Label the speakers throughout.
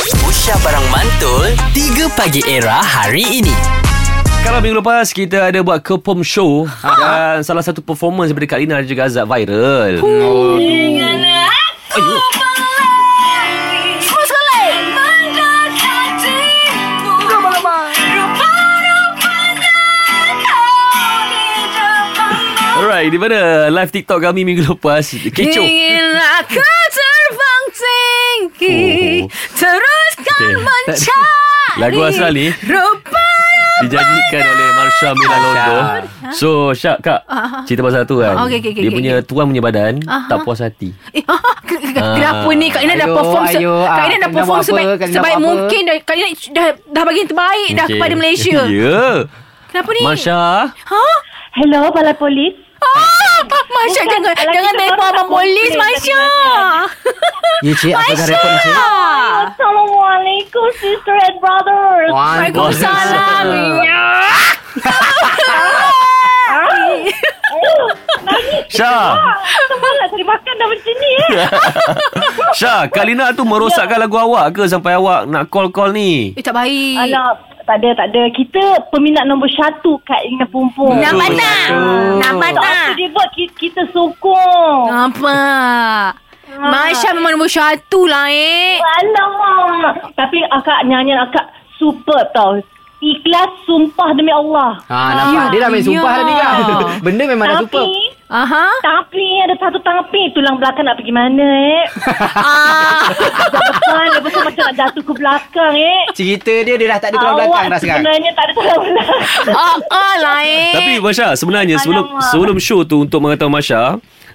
Speaker 1: Aisyah Barang Mantul 3 Pagi Era hari ini
Speaker 2: Kalau minggu lepas kita ada buat kepom show
Speaker 3: Ha.
Speaker 2: dan salah satu performance daripada Kak Lina juga agak viral. Alright, di mana live TikTok kami minggu lepas kecoh.
Speaker 3: Ingin aku terbang tinggi
Speaker 2: Oh.
Speaker 3: Teruskan
Speaker 2: Okay.
Speaker 3: mencari
Speaker 2: Lagu asal ni?
Speaker 3: Rupa
Speaker 2: Dijanjikan oleh Marsha Mila Londo. So, Syak Kak,
Speaker 3: Ha,
Speaker 2: cerita pasal tu kan.
Speaker 3: Okay, okay, okay,
Speaker 2: Dia
Speaker 3: okay,
Speaker 2: punya tuan punya badan
Speaker 3: Ha,
Speaker 2: tak puas hati.
Speaker 3: Eh, ah, ke- ke- kenapa
Speaker 2: Ah.
Speaker 3: ni Kak Ina dah
Speaker 4: Ayo,
Speaker 3: perform se-
Speaker 4: ayo, ah,
Speaker 3: Kak Ina
Speaker 4: Kak
Speaker 3: dah
Speaker 4: Ina
Speaker 3: perform
Speaker 4: buat apa,
Speaker 3: sebaik,
Speaker 4: Kak Ina
Speaker 3: sebaik
Speaker 4: buat apa.
Speaker 3: mungkin dah, Kak Ina dah, dah bagi yang terbaik dah
Speaker 2: Okay.
Speaker 3: kepada Malaysia
Speaker 2: Ya. Yeah.
Speaker 3: Kenapa ni?
Speaker 2: Marsha,
Speaker 3: Ha?
Speaker 5: Hello, Balai Polis.
Speaker 3: Ah, Ma- Masya
Speaker 5: Bukan,
Speaker 3: jangan
Speaker 5: kalau
Speaker 3: jangan
Speaker 5: kita
Speaker 3: telefon
Speaker 5: orang
Speaker 3: abang
Speaker 5: nak
Speaker 3: polis
Speaker 5: komplain,
Speaker 3: Masya.
Speaker 4: Ya cik, apa dah rekod ni, cik?
Speaker 3: Masya.
Speaker 5: Assalamualaikum, sister and brothers.
Speaker 3: Waalaikumsalam. Ya.
Speaker 5: Oh, nangis.
Speaker 2: Syah.
Speaker 5: Semalam tadi makan dah macam ni eh.
Speaker 2: Syah, Kak Lina tu merosakkan
Speaker 3: Ya.
Speaker 2: lagu awak ke sampai awak nak call-call ni?
Speaker 3: Eh tak baik.
Speaker 5: Anak, tak ada, tak ada. Kita peminat nombor satu Kak Ina Pumpung.
Speaker 3: Nampak tak? Nampak
Speaker 5: Tak
Speaker 3: tak?
Speaker 5: apa dia buat, kita, kita sokong. Ah.
Speaker 3: Nampak. Masya memang nombor satu lah eh.
Speaker 5: Alamak. Tapi akak nyanyian akak super tau. Ikhlas sumpah demi Allah.
Speaker 4: Ha, nampak. Dia dah main
Speaker 3: Ya.
Speaker 4: sumpah dah ni kan. Benda memang dah
Speaker 5: Tapi,
Speaker 4: super.
Speaker 3: Aha.
Speaker 5: tapi ada satu tapi tulang belakang nak pergi mana eh?
Speaker 3: Ah.
Speaker 5: Depan lepas tu macam nak jatuh ke belakang eh.
Speaker 4: Cerita dia, dia dah tak ada tulang
Speaker 5: Awak
Speaker 4: belakang dah sekarang.
Speaker 5: sebenarnya tak ada tulang belakang.
Speaker 3: Ah, ah lah eh.
Speaker 2: Tapi Masya sebenarnya sebelum
Speaker 5: Alamak. Mm-hmm.
Speaker 2: sebelum show tu untuk mengatakan Masya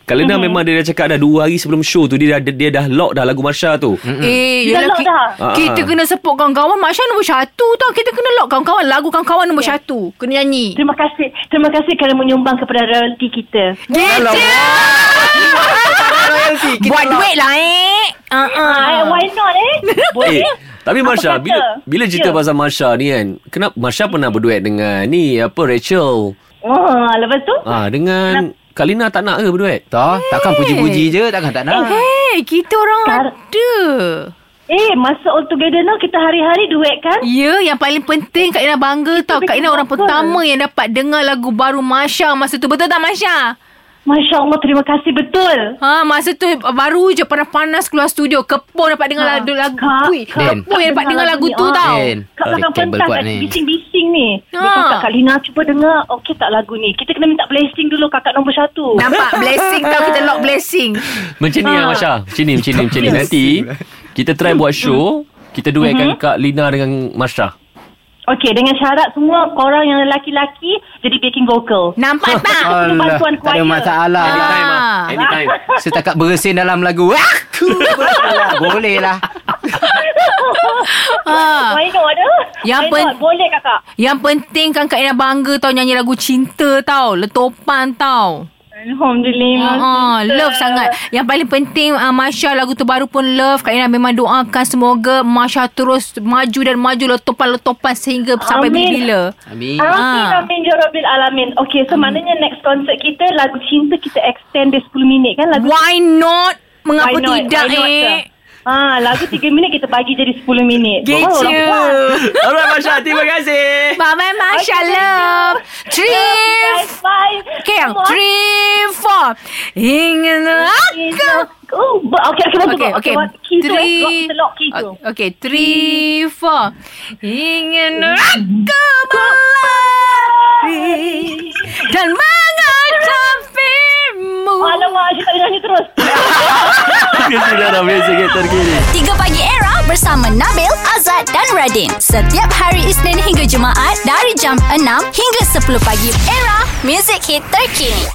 Speaker 2: Kalina memang dia dah cakap dah dua hari sebelum show tu dia dah dia dah lock dah lagu Marsha tu.
Speaker 5: Hmm.
Speaker 3: Eh,
Speaker 5: Dia
Speaker 3: yelah,
Speaker 5: lock
Speaker 3: ki-
Speaker 5: dah.
Speaker 3: kita
Speaker 2: Ah.
Speaker 3: kena support kawan-kawan. Masya nombor satu tau. Kita kena lock kawan-kawan. Lagu kawan-kawan nombor
Speaker 5: Ya.
Speaker 3: satu. Kena nyanyi.
Speaker 5: Terima kasih. Terima kasih kerana menyumbang kepada royalty kita.
Speaker 4: Royalty, kita
Speaker 3: Buat
Speaker 4: lock.
Speaker 3: duit lah eh. Ah, ah.
Speaker 5: Ah, why not eh? Boleh.
Speaker 2: Eh, tapi
Speaker 5: Apa
Speaker 2: Marsha
Speaker 5: kata?
Speaker 2: bila bila cerita
Speaker 5: Ya.
Speaker 2: pasal Marsha ni kan, kenapa Marsha pernah berduet dengan ni apa Rachel?
Speaker 5: Oh, lepas tu?
Speaker 2: Ah dengan Kalina tak nak ke berduet?
Speaker 4: Tak, takkan puji-puji je, takkan tak nak.
Speaker 3: Eh, Hey, kita orang
Speaker 5: Kar-
Speaker 3: ada.
Speaker 5: Eh, masa all together now kita hari-hari duet kan?
Speaker 3: Ya, yang paling penting Kak Ina bangga tau. Kak Ina orang
Speaker 5: betul.
Speaker 3: pertama yang dapat dengar lagu baru Masya masa tu. Betul tak Masya?
Speaker 5: Masya Allah, terima kasih betul.
Speaker 3: Ha, masa tu baru je panas-panas keluar studio. Kepon dapat dengar lagu lagu.
Speaker 5: Kak,
Speaker 3: Ui,
Speaker 5: Kak,
Speaker 3: Kepon yang
Speaker 5: Kak
Speaker 3: dapat
Speaker 5: dengar
Speaker 3: dengar lagu
Speaker 5: lagu
Speaker 3: tu
Speaker 5: ni,
Speaker 3: tau.
Speaker 4: Din.
Speaker 5: Kat belakang
Speaker 4: Dia kabel
Speaker 5: pentas
Speaker 4: kuat
Speaker 5: kat
Speaker 4: ni.
Speaker 5: bising-bising ni. Dia
Speaker 3: Ha.
Speaker 5: cakap, Kak Lina cuba dengar. Okey tak lagu ni? Kita kena minta blessing dulu kakak nombor satu.
Speaker 3: Nampak blessing tau kita lock blessing.
Speaker 2: Macam ni
Speaker 5: Ah.
Speaker 2: lah Masya. Macam ni, macam ni, macam ni. Nanti kita try buat show, kita duetkan
Speaker 5: Mm-hmm.
Speaker 2: Kak Lina dengan Marsha.
Speaker 5: Okey, dengan syarat semua korang yang lelaki-laki jadi backing vocal.
Speaker 3: Nampak tak?
Speaker 5: Kita
Speaker 4: Alah,
Speaker 5: bantuan
Speaker 4: tak ada
Speaker 5: choir.
Speaker 4: masalah.
Speaker 2: Anytime ah,
Speaker 3: Ah.
Speaker 2: anytime.
Speaker 4: Setakat bersin dalam lagu. Ah, Aku bersin. Boleh lah.
Speaker 3: Ha.
Speaker 5: Why not? eh?
Speaker 3: Yang
Speaker 5: Why not?
Speaker 3: pen-
Speaker 5: Boleh kakak.
Speaker 3: Yang penting kan Kak Ina bangga tau nyanyi lagu cinta tau. Letopan tau.
Speaker 5: Alhamdulillah.
Speaker 3: Ah,
Speaker 5: sister.
Speaker 3: love sangat. Yang paling penting uh, Masya lagu tu baru pun love. Kak Ina memang doakan semoga Masya terus maju dan maju letopan-letopan sehingga sampai
Speaker 5: Amin.
Speaker 3: bila-bila.
Speaker 4: Amin.
Speaker 5: Amin,
Speaker 3: Ah.
Speaker 5: amin, ya Rabbil Alamin. Okay, so maknanya next concert kita, lagu cinta kita extend dia 10 minit kan? Lagu
Speaker 3: Why not?
Speaker 5: Why
Speaker 3: Mengapa
Speaker 5: not?
Speaker 3: tidak
Speaker 5: Why not,
Speaker 3: eh?
Speaker 5: sir? Ah, lagu 3 minit kita bagi jadi 10 minit.
Speaker 3: Geja.
Speaker 2: Alright Masya, terima kasih.
Speaker 3: Mama Masya love. Three,
Speaker 5: Bye, bye.
Speaker 3: Okay, yang three, four. Ingin aku.
Speaker 5: Oh, okay, okay, bagus.
Speaker 3: Okay, okay.
Speaker 5: Kitu,
Speaker 3: Three.
Speaker 5: kita lock kitu.
Speaker 3: O- Okay, three, four. Ingin aku berlari dan mengacapimu.
Speaker 5: Alamak, saya tak boleh nyanyi terus.
Speaker 2: Kita dah biasa kita terkini.
Speaker 6: 3 Pagi Era bersama Nabil, Azad dan Radin. Setiap hari Isnin hingga Jumaat dari jam 6 hingga 10 pagi. Era, music hit terkini.